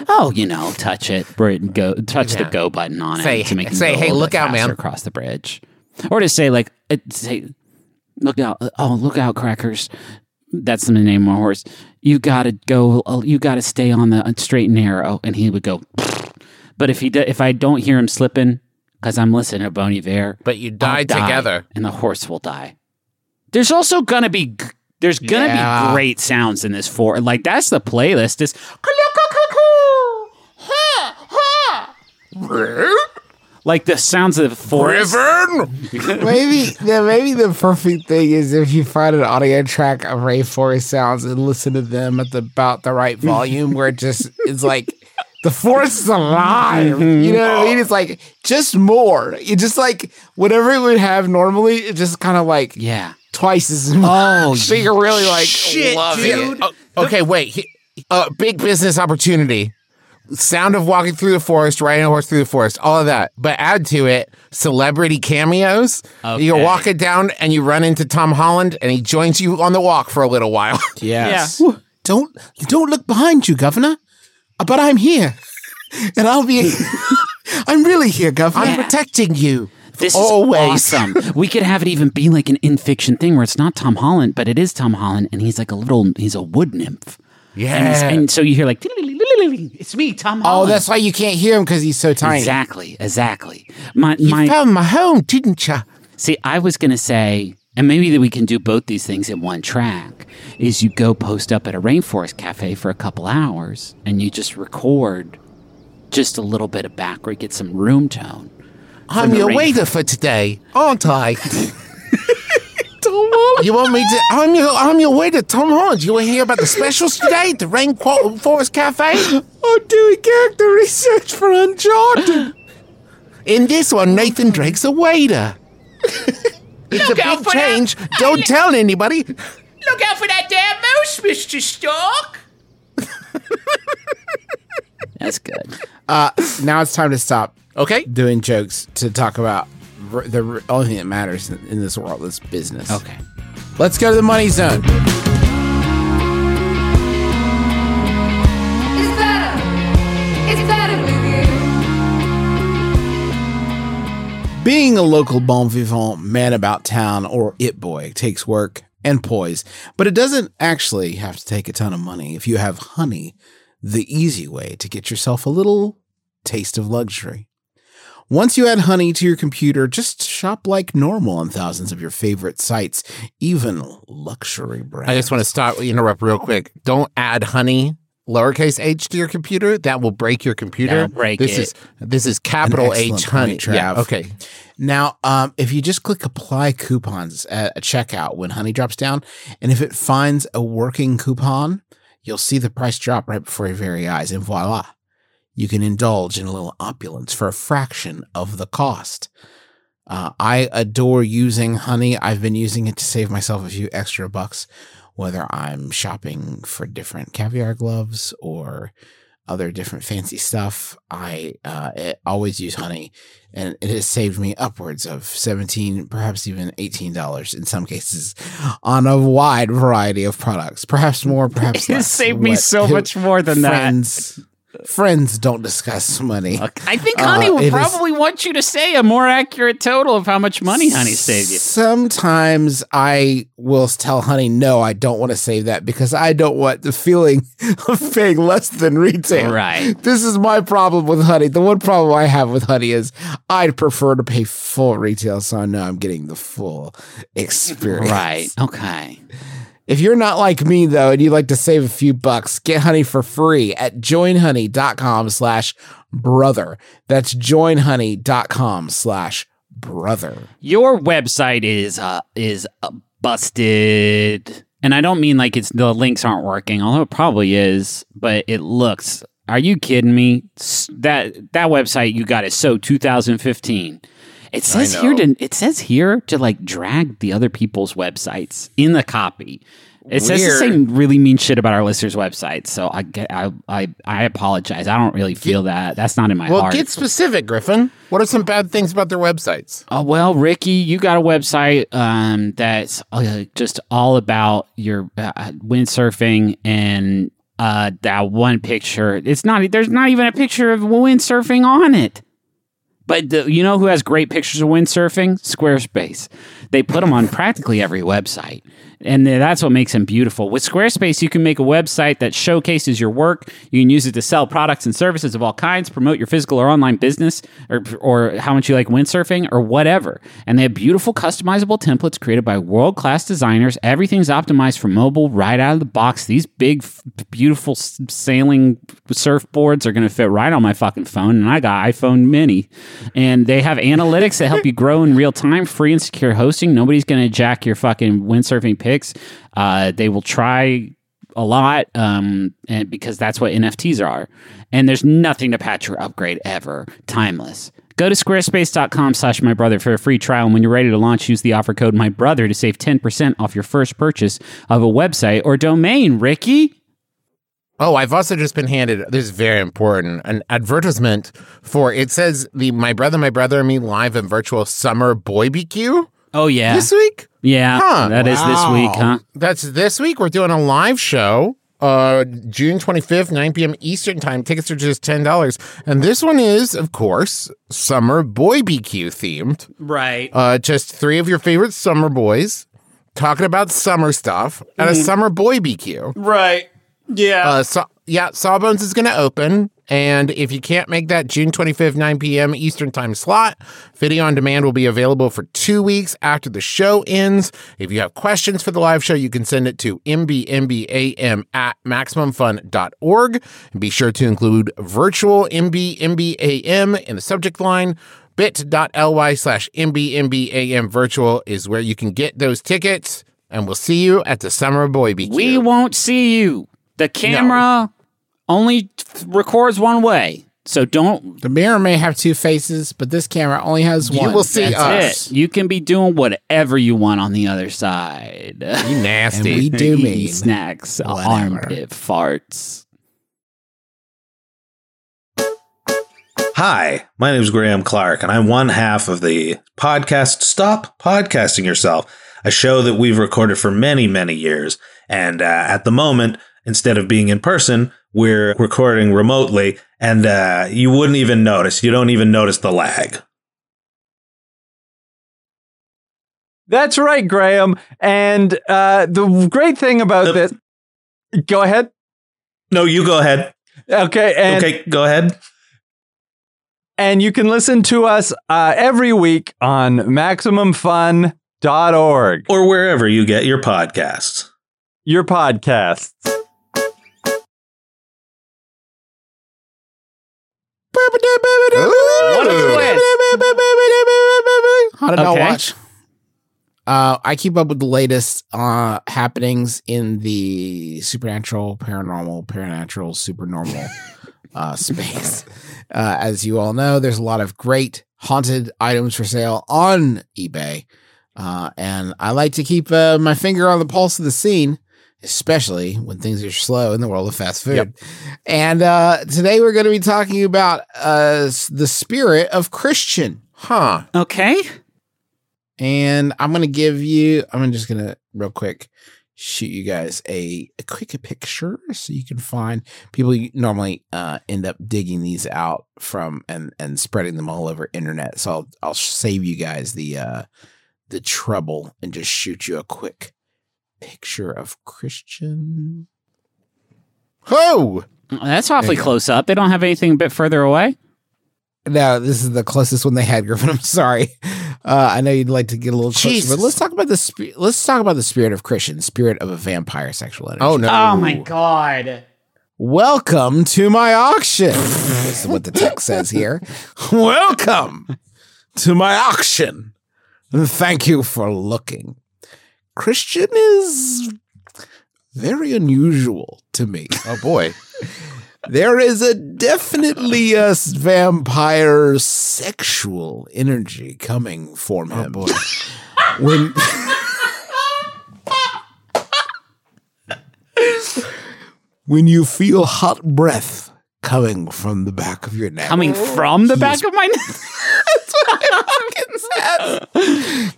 oh you know touch it Brit, go touch the go button on
Say-
it to make it
say,
go a
"Hey,
little
look
bit
out,
faster
man."
across the uh, bridge or to say like uh, say look out oh look out crackers that's the name of my horse. You gotta go. uh, You gotta stay on the uh, straight and narrow. And he would go. But if he do, if I don't hear him slipping, because I'm listening to Bon Iver,
But you die
I'll
together.
and the horse will die. There's also gonna be g- there's gonna
Yeah.
be great sounds in this four. Like that's the playlist. Is like the sounds of the forest.
Riven?
maybe yeah, maybe the perfect thing is if you find an audio track of rainforest sounds and listen to them at the, about the right volume where it just it's like the forest is alive. You know what I mean? It's like just more. You just like whatever it would have normally, it just kind of like
Yeah.
twice as much.
Oh,
so you're really like
Shit,
love
dude.
it.
Oh, okay, wait. He- Uh, big business opportunity. Sound of walking through the forest, riding a horse through the forest, all of that. But add to it celebrity cameos. You're
Okay.
walking down and you run into Tom Holland and he joins you on the walk for a little while.
Yes. Don't don't look behind you, Governor. Uh, But I'm here, and I'll be. I'm really here, Governor.
I'm protecting you.
This
Always.
is awesome. we could have it even be like an in fiction thing where it's not Tom Holland, but it is Tom Holland, and he's like a little, he's a wood nymph. And, he's-
Yeah.
and so you hear like, it's me, Tom
Oh,
Holland.
that's why you can't hear him because he's so tiny.
exactly, exactly. My,
you
my,
found my home, didn't you?
see, I was gonna say, and maybe that we can do both these things in one track. Is you go post up at a rainforest cafe for a couple hours, and you just record just a little bit of background, get some room tone.
I'm
the
your
rain-
waiter for today, aren't I? You want me to? I'm your I'm your waiter, Tom Holland. You want to hear about the specials today, at the Rain Qu- Forest Cafe?
I'm doing character research for Uncharted.
In this one, Nathan Drake's a waiter. It's a big change. Don't tell anybody.
Look out for that damn moose, Mr. Stork!
That's good.
now it's time to stop
Okay.
doing jokes to talk about r- the r- only thing that matters in, in this world is business.
Okay.
Let's go to the money zone.
It's better. It's better with you.
Being a local bon vivant man about town or it boy takes work and poise, but it doesn't actually have to take a ton of money if you have honey, the easy way to get yourself a little taste of luxury. Once you add honey to your computer, just shop like normal on thousands of your favorite sites, even luxury brands.
I just want to stop interrupt real quick. Don't add honey lowercase h to your computer. That will break your computer.
That'll break
this
it.
is this is capital
excellent
H honey.
point,
Yeah.
Trav.
Okay.
Now, um, if you just click apply coupons at a checkout when Honey drops down, and if it finds a working coupon, you'll see the price drop right before your very eyes, and voila, you can indulge in a little opulence for a fraction of the cost. Uh, I adore using Honey. I've been using it to save myself a few extra bucks, whether I'm shopping for different caviar gloves or other different fancy stuff. I uh, eh, always use Honey, and it has saved me upwards of seventeen, perhaps even eighteen dollars in some cases, on a wide variety of products. Perhaps more, perhaps
It
less.
saved me
What-
so
who-
much more than that.
friends, that. Friends don't discuss money.
I think
Uh,
Honey
it
would
is-
probably want you to say a more accurate total of how much money Honey saved you.
Sometimes I will tell Honey, no, I don't want to save that because I don't want the feeling of paying less than retail.
Right.
This is my problem with Honey. The one problem I have with Honey is I'd prefer to pay full retail, so I know I'm getting the full experience.
Right. Okay.
If you're not like me though, and you'd like to save a few bucks, get honey for free at joinhoney.com slash brother. That's joinhoney.com slash brother.
Your website is uh, is uh, busted, and I don't mean like it's the links aren't working, although it probably is. But it looks. Are you kidding me? S- That that website you got is so 2015. It says here to it says here to like drag the other people's websites in the copy. It says the
Weird.
same really mean shit about our listeners' websites. So I get I I, I apologize. I don't really feel that. That's not in my
Well,
heart.
get specific, Griffin. What are some bad things about their websites?
Oh, well, Ricky, you got a website um, that's uh, just all about your uh, windsurfing and uh, that one picture. It's not there's not even a picture of windsurfing on it. But the, you know who has great pictures of windsurfing? Squarespace. They put them on practically every website, And th- that's what makes him beautiful. With Squarespace, you can make a website that showcases your work. You can use it to sell products and services of all kinds, promote your physical or online business, or, or how much you like windsurfing, or whatever. And they have beautiful, customizable templates created by world class designers. Everything's optimized for mobile right out of the box. These big, f- beautiful s- sailing surfboards are going to fit right on my fucking phone. And I got iPhone mini. And they have analytics that help you grow in real time, free and secure hosting. Nobody's going to jack your fucking windsurfing pics. Uh, they will try a lot um, and because that's what NFTs are. And there's nothing to patch or upgrade ever. Timeless. Go to squarespace.com slash my brother for a free trial. And when you're ready to launch, use the offer code my brother to save 10% off your first purchase of a website or domain, Ricky.
Oh, I've also just been handed this is very important an advertisement for it says the My Brother, My Brother and Me live and virtual summer boy BQ
Oh, yeah.
this week.
yeah.
Huh.
that is
Wow.
this week, huh?
That's this week. We're doing a live show. Uh, June 25th, 9 p.m. Eastern Time. Tickets are just $10. And this one is, of course, summer boy BQ themed.
Right.
Uh, just three of your favorite summer boys talking about summer stuff at a summer boy BQ.
Right. Yeah.
Uh, so, yeah, Sawbones is going to open. And if you can't make that June 25th, 9 p.m. Eastern Time slot, video on demand will be available for two weeks after the show ends. If you have questions for the live show, you can send it to mbmbam at maximumfun.org. And be sure to include virtual mbmbam in the subject line. bit.ly slash mbmbam virtual is where you can get those tickets. And we'll see you at the Summer Boy BQ.
We won't see you. The camera only t- records one way. So don't
The mirror may have two faces, but this camera only has one.
will see
That's
us.
it.
it. You can be doing whatever you want on the other side.
You nasty.
We do
Eating
mean.
snacks, armpit farts.
Hi, my name is Graham Clark, and I'm one half of the podcast Stop Podcasting Yourself, a show that we've recorded for many, many years. And uh, at the moment, instead of being in person, we're recording remotely, and uh, you wouldn't even notice. You don't even notice the lag.
That's right, Graham. And uh, the great thing about
Uh,
this, go ahead.
No, you go ahead.
Okay, and
okay, go ahead.
and you can listen to us uh, every week on MaximumFun.org,
Or wherever you get your podcasts.
your podcasts.
How did I
Okay.
watch? Uh, I keep up with the latest uh, happenings in the supernatural, paranormal, paranatural, supernormal uh, space. Uh, as you all know, there's a lot of great haunted items for sale on eBay. Uh, and I like to keep uh, my finger on the pulse of the scene, especially when things are slow in the world of fast food. And uh, today we're going to be talking about uh, s- the spirit of Christian.
Huh.
Okay.
And I'm gonna give you. I'm just gonna real quick shoot you guys a, a quick picture so you can find people you normally uh, end up digging these out from and and spreading them all over internet. So I'll I'll save you guys the uh, the trouble and just shoot you a quick picture of Christian.
Ho!
That's awfully close up. They don't have anything a bit further away.
No, this is the closest one they had, Griffin. I'm sorry. Uh, I know you'd like to get a little closer,
Jesus.
but let's talk about the sp- let's talk about the spirit of Christian, spirit of a vampire sexual energy.
Oh no.
Oh my god.
Welcome to my auction. This is what the text says here. Welcome to my auction. Thank you for looking. Christian is very unusual to me.
Oh boy.
There is a definitely a s- vampire sexual energy coming for
Oh,
him. when when you feel hot breath coming from the back of your neck,
Coming
Oh.
from the back of my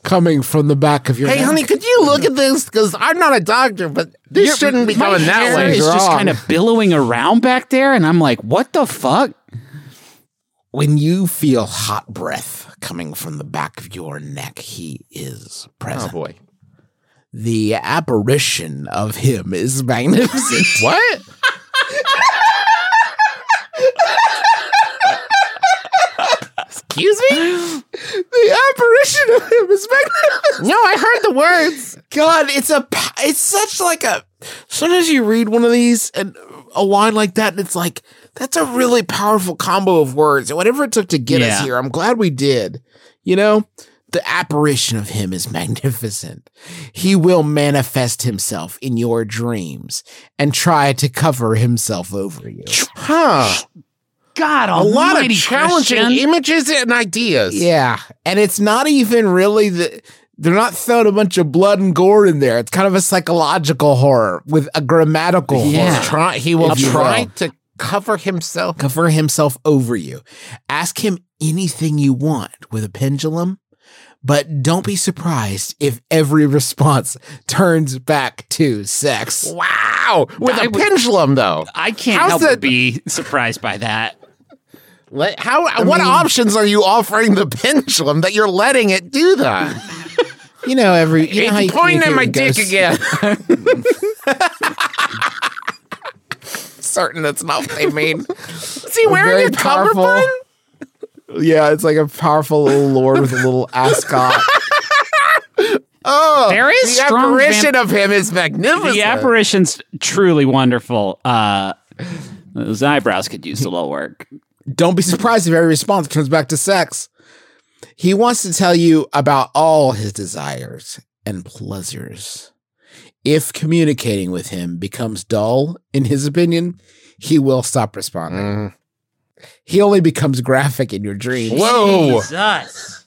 coming from the back of your
Hey
neck.
honey, could you look at this? Because I'm not a doctor, but this shouldn't be going that
hair
way.
is just
wrong.
kind of billowing around back there, and I'm like, what the fuck?
when you feel hot breath coming from the back of your neck, he is present.
Oh, boy.
the apparition of him is magnificent.
What? Excuse me?
the apparition of him is magnificent.
No, I heard the words.
God, it's a, pa- it's such like a. Sometimes you read one of these and a line like that, and it's like that's a really powerful combo of words. And whatever it took to get us
Yeah.
here, I'm glad we did. You know, the apparition of him is magnificent. He will manifest himself in your dreams and try to cover himself over you.
Huh.
God,
A lot of challenging images and ideas.
Yeah, and it's not even really the. They're not throwing a bunch of blood and gore in there. It's kind of a psychological horror with a grammatical
He's
horror.
try- he will
If you
try
will.
to cover himself.
Cover himself over you. Ask him anything you want with a pendulum, but don't be surprised if every response turns back to sex.
Wow. With
I
a
would-
pendulum, though.
I can't
How's
help
that-
but be surprised by that.
Let- how? what options are you offering the pendulum that you're letting it do that?
You know, every. You know how you
it's pointing at
communicate
my
with
dick
ghosts?
again.
Certain that's not what they mean.
Is he wearing
Very
a cummerbund?
powerful. yeah, it's like a powerful little lord with a little ascot.
there is
Oh, The
strong
apparition of him is magnificent.
the apparition's truly wonderful. Uh, those eyebrows could use a little work.
Don't be surprised if every response comes back to sex. He wants to tell you about all his desires and pleasures. If communicating with him becomes dull, in his opinion, he will stop responding.
Mm.
He only becomes graphic in your dreams.
Whoa.
Jesus.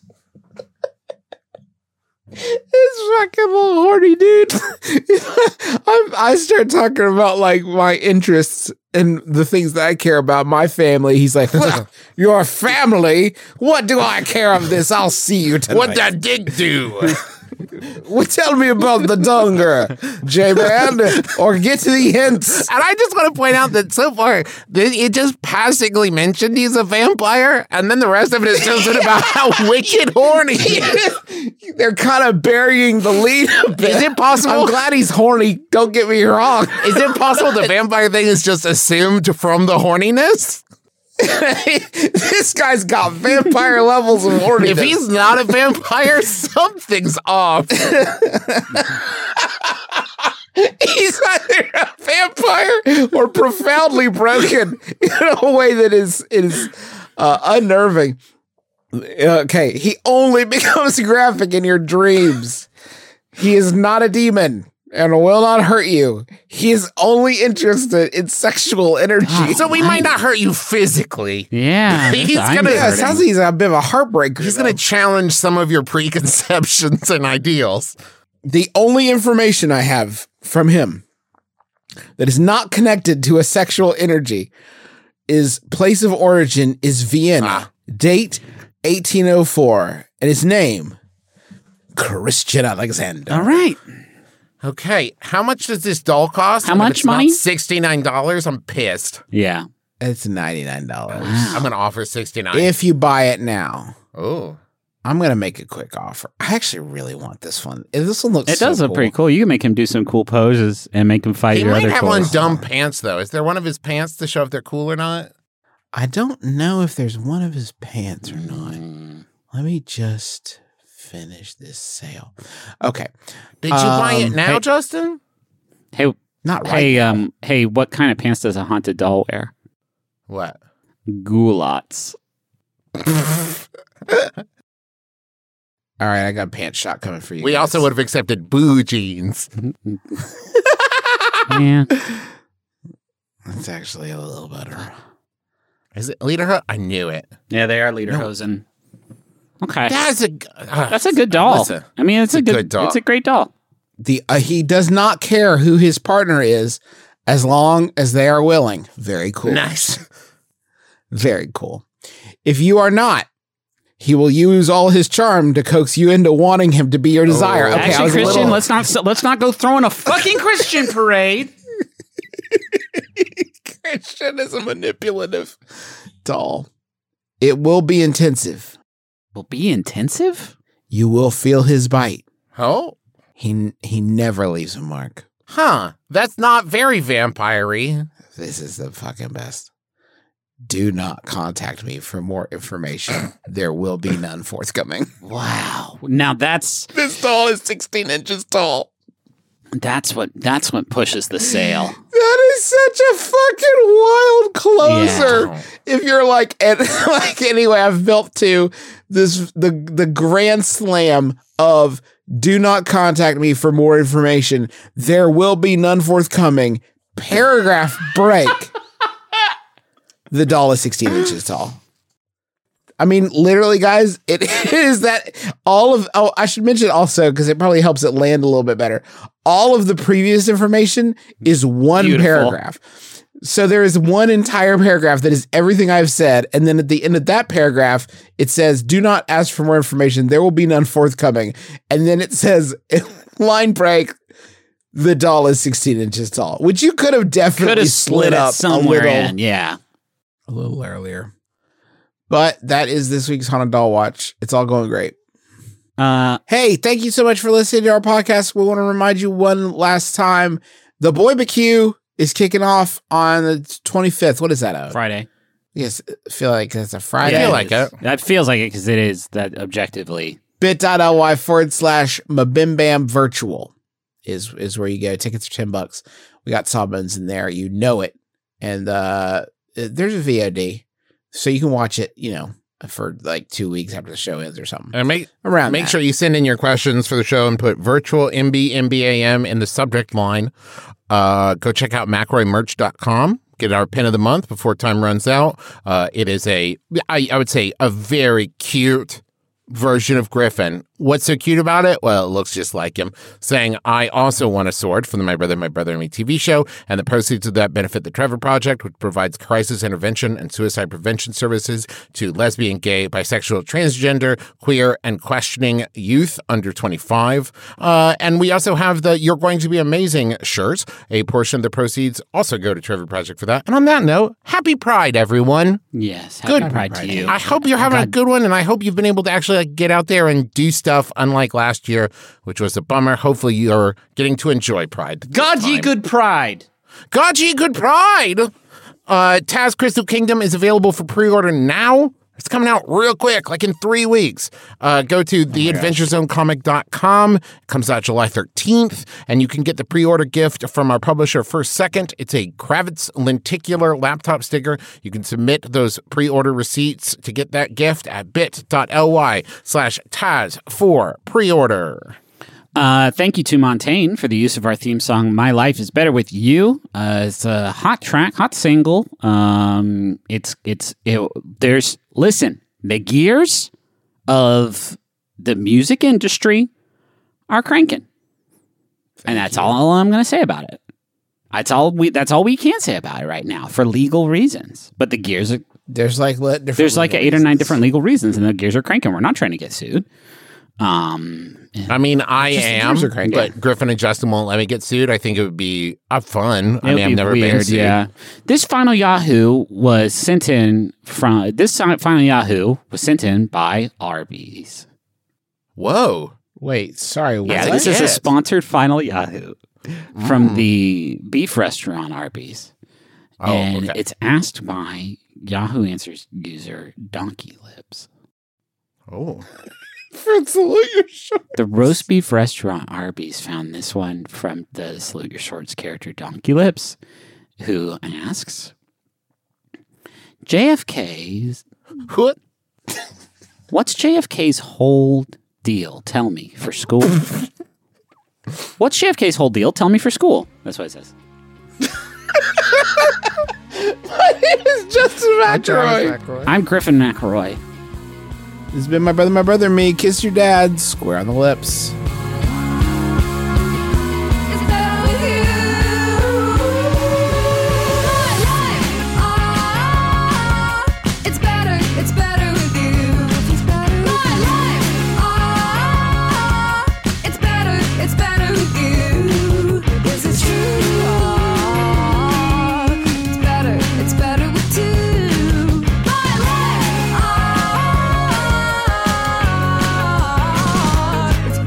This fucking little horny dude. I'm, I start talking about like my interests and the things that I care about, my family. He's like, "Well, your family? What do I care of this? I'll see you tonight.
What that dick do?
Well, tell me about the donger, J Man, or get to the hints.
And I just want to point out that so far, th- it just passingly mentioned he's a vampire, and then the rest of it is just about how wicked horny he is.
They're kind of burying the lead. a bit.
Is it possible?
I'm glad he's horny. Don't get me wrong.
Is it possible the vampire thing is just assumed from the horniness?
this guy's got vampire levels of horniness.
If he's not a vampire, something's off.
He's either a vampire or profoundly broken in a way that is is uh, unnerving. Okay, he only becomes graphic in your dreams. He is not a demon and will not hurt you. He is only interested in sexual energy.
So we might not hurt you physically.
Yeah.
He's
that's- I'm
gonna-
yeah, it
hurting.
sounds like he's a bit of a heartbreaker.
He's going to challenge some of your preconceptions and ideals.
the only information I have from him that is not connected to a sexual energy is place of origin is Vienna,
Ah.
date 1804, and his name Christian Alexander.
All right.
Okay, how much does this doll cost?
How
And if
much
it's not
money?
$69. I'm pissed.
Yeah.
It's $99.
I'm going to offer 69
If you buy it now,
Oh.
I'm going to make a quick offer. I actually really want this one. This one looks
It does
so
look pretty cool. You can make him do some cool poses and make him fight
He
your
might
other
have
goals.
on dumb pants though. Is there one of his pants to show if they're cool or not?
I don't know if there's one of his pants or not. Let me just finish this sale. Okay.
Did you buy it
Um,
now,
hey-
Justin?
Hey,
Not right.
hey, um, hey, what kind of pants does a haunted doll wear?
What?
Goulots.
All right, I got a pants shot coming for you.
We
guys.
also would have accepted boo jeans.
yeah.
That's actually a little better.
Is it Lederhosen? I knew it.
Yeah, they are lederhosen. Okay.
That's a g- ah,
uh,
That's a good doll.
listen.
I mean, it's, a, good,
good doll.
It's a great doll.
The uh, he does not care who his partner is, as long as they are willing. Very cool.
Nice.
Very cool. If you are not, he will use all his charm to coax you into wanting him to be your
Oh.
desire. okay, I
Actually,
was a
Christian,
little-
let's not let's not go throwing a fucking Christian parade.
Christian is a manipulative doll. It will be intensive.
Will be intensive.
You will feel his bite.
Oh,
He he never leaves a mark.
Huh, that's not very vampire
This is the fucking best. Do not contact me for more information. there will be none forthcoming.
Wow. Now that's
This doll is 16 inches tall.
that's what that's what pushes the sale.
That is such a fucking wild closer.
Yeah.
If you're like, and like anyway, I've built to this the the grand slam of do not contact me for more information. There will be none forthcoming. Paragraph break. the doll is 16 inches tall. I mean, literally, guys, it is that all of. Oh, I should mention also because it probably helps it land a little bit better. All of the previous information is one
Beautiful.
paragraph. So there is one entire paragraph that is everything I've said, and then at the end of that paragraph, it says, "Do not ask for more information. There will be none forthcoming." And then it says, "Line break." The doll is 16 inches tall, which you could have definitely
Could have
slid
slid it
up
somewhere
a little
in. Yeah.
a little earlier. But that is this week's Haunted Doll Watch. It's all going great.
Uh
Hey, thank you so much for listening to our podcast. We want to remind you one last time the Boy BBQ is kicking off on the 25th. What is that? Of?
Friday.
Yes, I feel like it's a Friday.
I feel
it
like
is.
it.
That feels like it because it is that objectively.
bit.ly forward slash mabimbam virtual is is where you go. Tickets are ten bucks. We got sawbones in there, you know it. And uh there's a VOD. So you can watch it, you know, for like two weeks after the show ends or something.
And make
Around
make
that.
sure you send in your questions for the show and put virtual MB MBAM in the subject line. Uh, go check out macroymerch.com. Get our pin of the month before time runs out. Uh, it is a, I, I would say, a very cute version of Griffin. What's so cute about it? Well, it looks just like him. Saying, I also want a sword from the My Brother, My Brother and Me TV show, and the proceeds of that benefit the Trevor Project, which provides crisis intervention and suicide prevention services to lesbian, gay, bisexual, transgender, queer, and questioning youth under 25. Uh, and we also have the You're Going to Be Amazing shirts. A portion of the proceeds also go to Trevor Project for that. And on that note, happy Pride, everyone.
Yes. Happy
Good
pride to you.
I hope you're having a
God.
good one, and I hope you've been able to actually like, get out there and do stuff. Unlike last year, which was a bummer. Hopefully, you're getting to enjoy Pride.
God ye good pride.
God, ye good Pride. Uh, Taz Crystal Kingdom is available for pre-order now. It's coming out real quick, like in three weeks. Uh, go to theadventurezonecomic.com. It comes out July 13th, and you can get the pre-order gift from our publisher First Second. It's a Kravitz lenticular laptop sticker. You can submit those pre-order receipts to get that gift at bit.ly slash Taz for pre-order.
Uh, thank you to Montaigne for the use of our theme song, My Life is Better with You. Uh, it's a hot track, hot single. Um, it's, it's, it, there's, listen, the gears of the music industry are cranking. and that's all I'm going to say about it. That's all we, that's all we can say about it right now for legal reasons. But the gears are,
There's like le- different
there's like
legal
eight or nine
reasons.
different legal reasons and the gears are cranking. We're not trying to get sued. Um,
I mean, I
Just the
am,
gears are cranking.
but Griffin and Justin won't let me get sued. I think it would be uh, fun. I mean,
It would
I've
be
never been sued.
This final Yahoo was sent in from this si- final Yahoo was sent in by Arby's.
Whoa.
Wait, sorry, what?
yeah, this is a sponsored final Yahoo from the beef restaurant Arby's,
Mm. Oh,
and
okay.
it's asked by Yahoo Answers user Donkey Lips.
Oh.
The roast beef restaurant Arby's found this one from the Salute Your Shorts character Donkey Lips, who asks. JFK's
What?
What's JFK's whole deal? Tell me for school. What's JFK's whole deal? Tell me for school. That's what it says.
It's Justin McElroy.
I'm Griffin McElroy.
This has been my brother, my brother, and me. Kiss your dad, square on the lips.
It's better with you. My life, ah, it's better, it's better with you. It's better. My life, ah, it's better, ah, it's better with you. Yes, it's true. Ah, it's better, it's better with two. My life, ah, it's better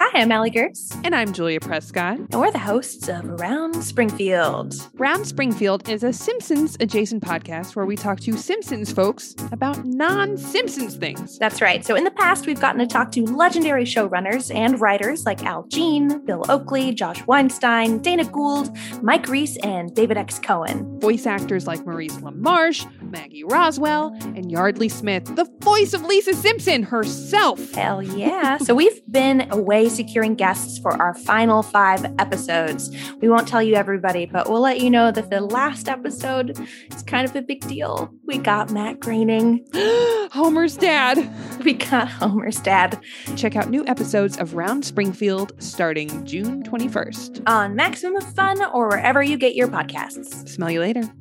Hi, I'm Allie Gertz.
And I'm Julia Prescott.
And we're the hosts of Round Springfield.
Round Springfield is a Simpsons adjacent podcast where we talk to Simpsons folks about non Simpsons things.
That's right. So, in the past, we've gotten to talk to legendary showrunners and writers like Al Jean, Bill Oakley, Josh Weinstein, Dana Gould, Mike Reese, and David X. Cohen.
Voice actors like Maurice LaMarche, Maggie Roswell, and Yardley Smith, the voice of Lisa Simpson herself.
Hell yeah. so, we've been away securing guests for our final five episodes. We won't tell you everybody, but we'll let you know that the last episode is kind of a big deal. We got Matt Groening,
Homer's dad.
We got Homer's dad
Check out new episodes of Round Springfield starting June 21st.
on Maximum Fun or wherever you get your podcasts.
Smell you later.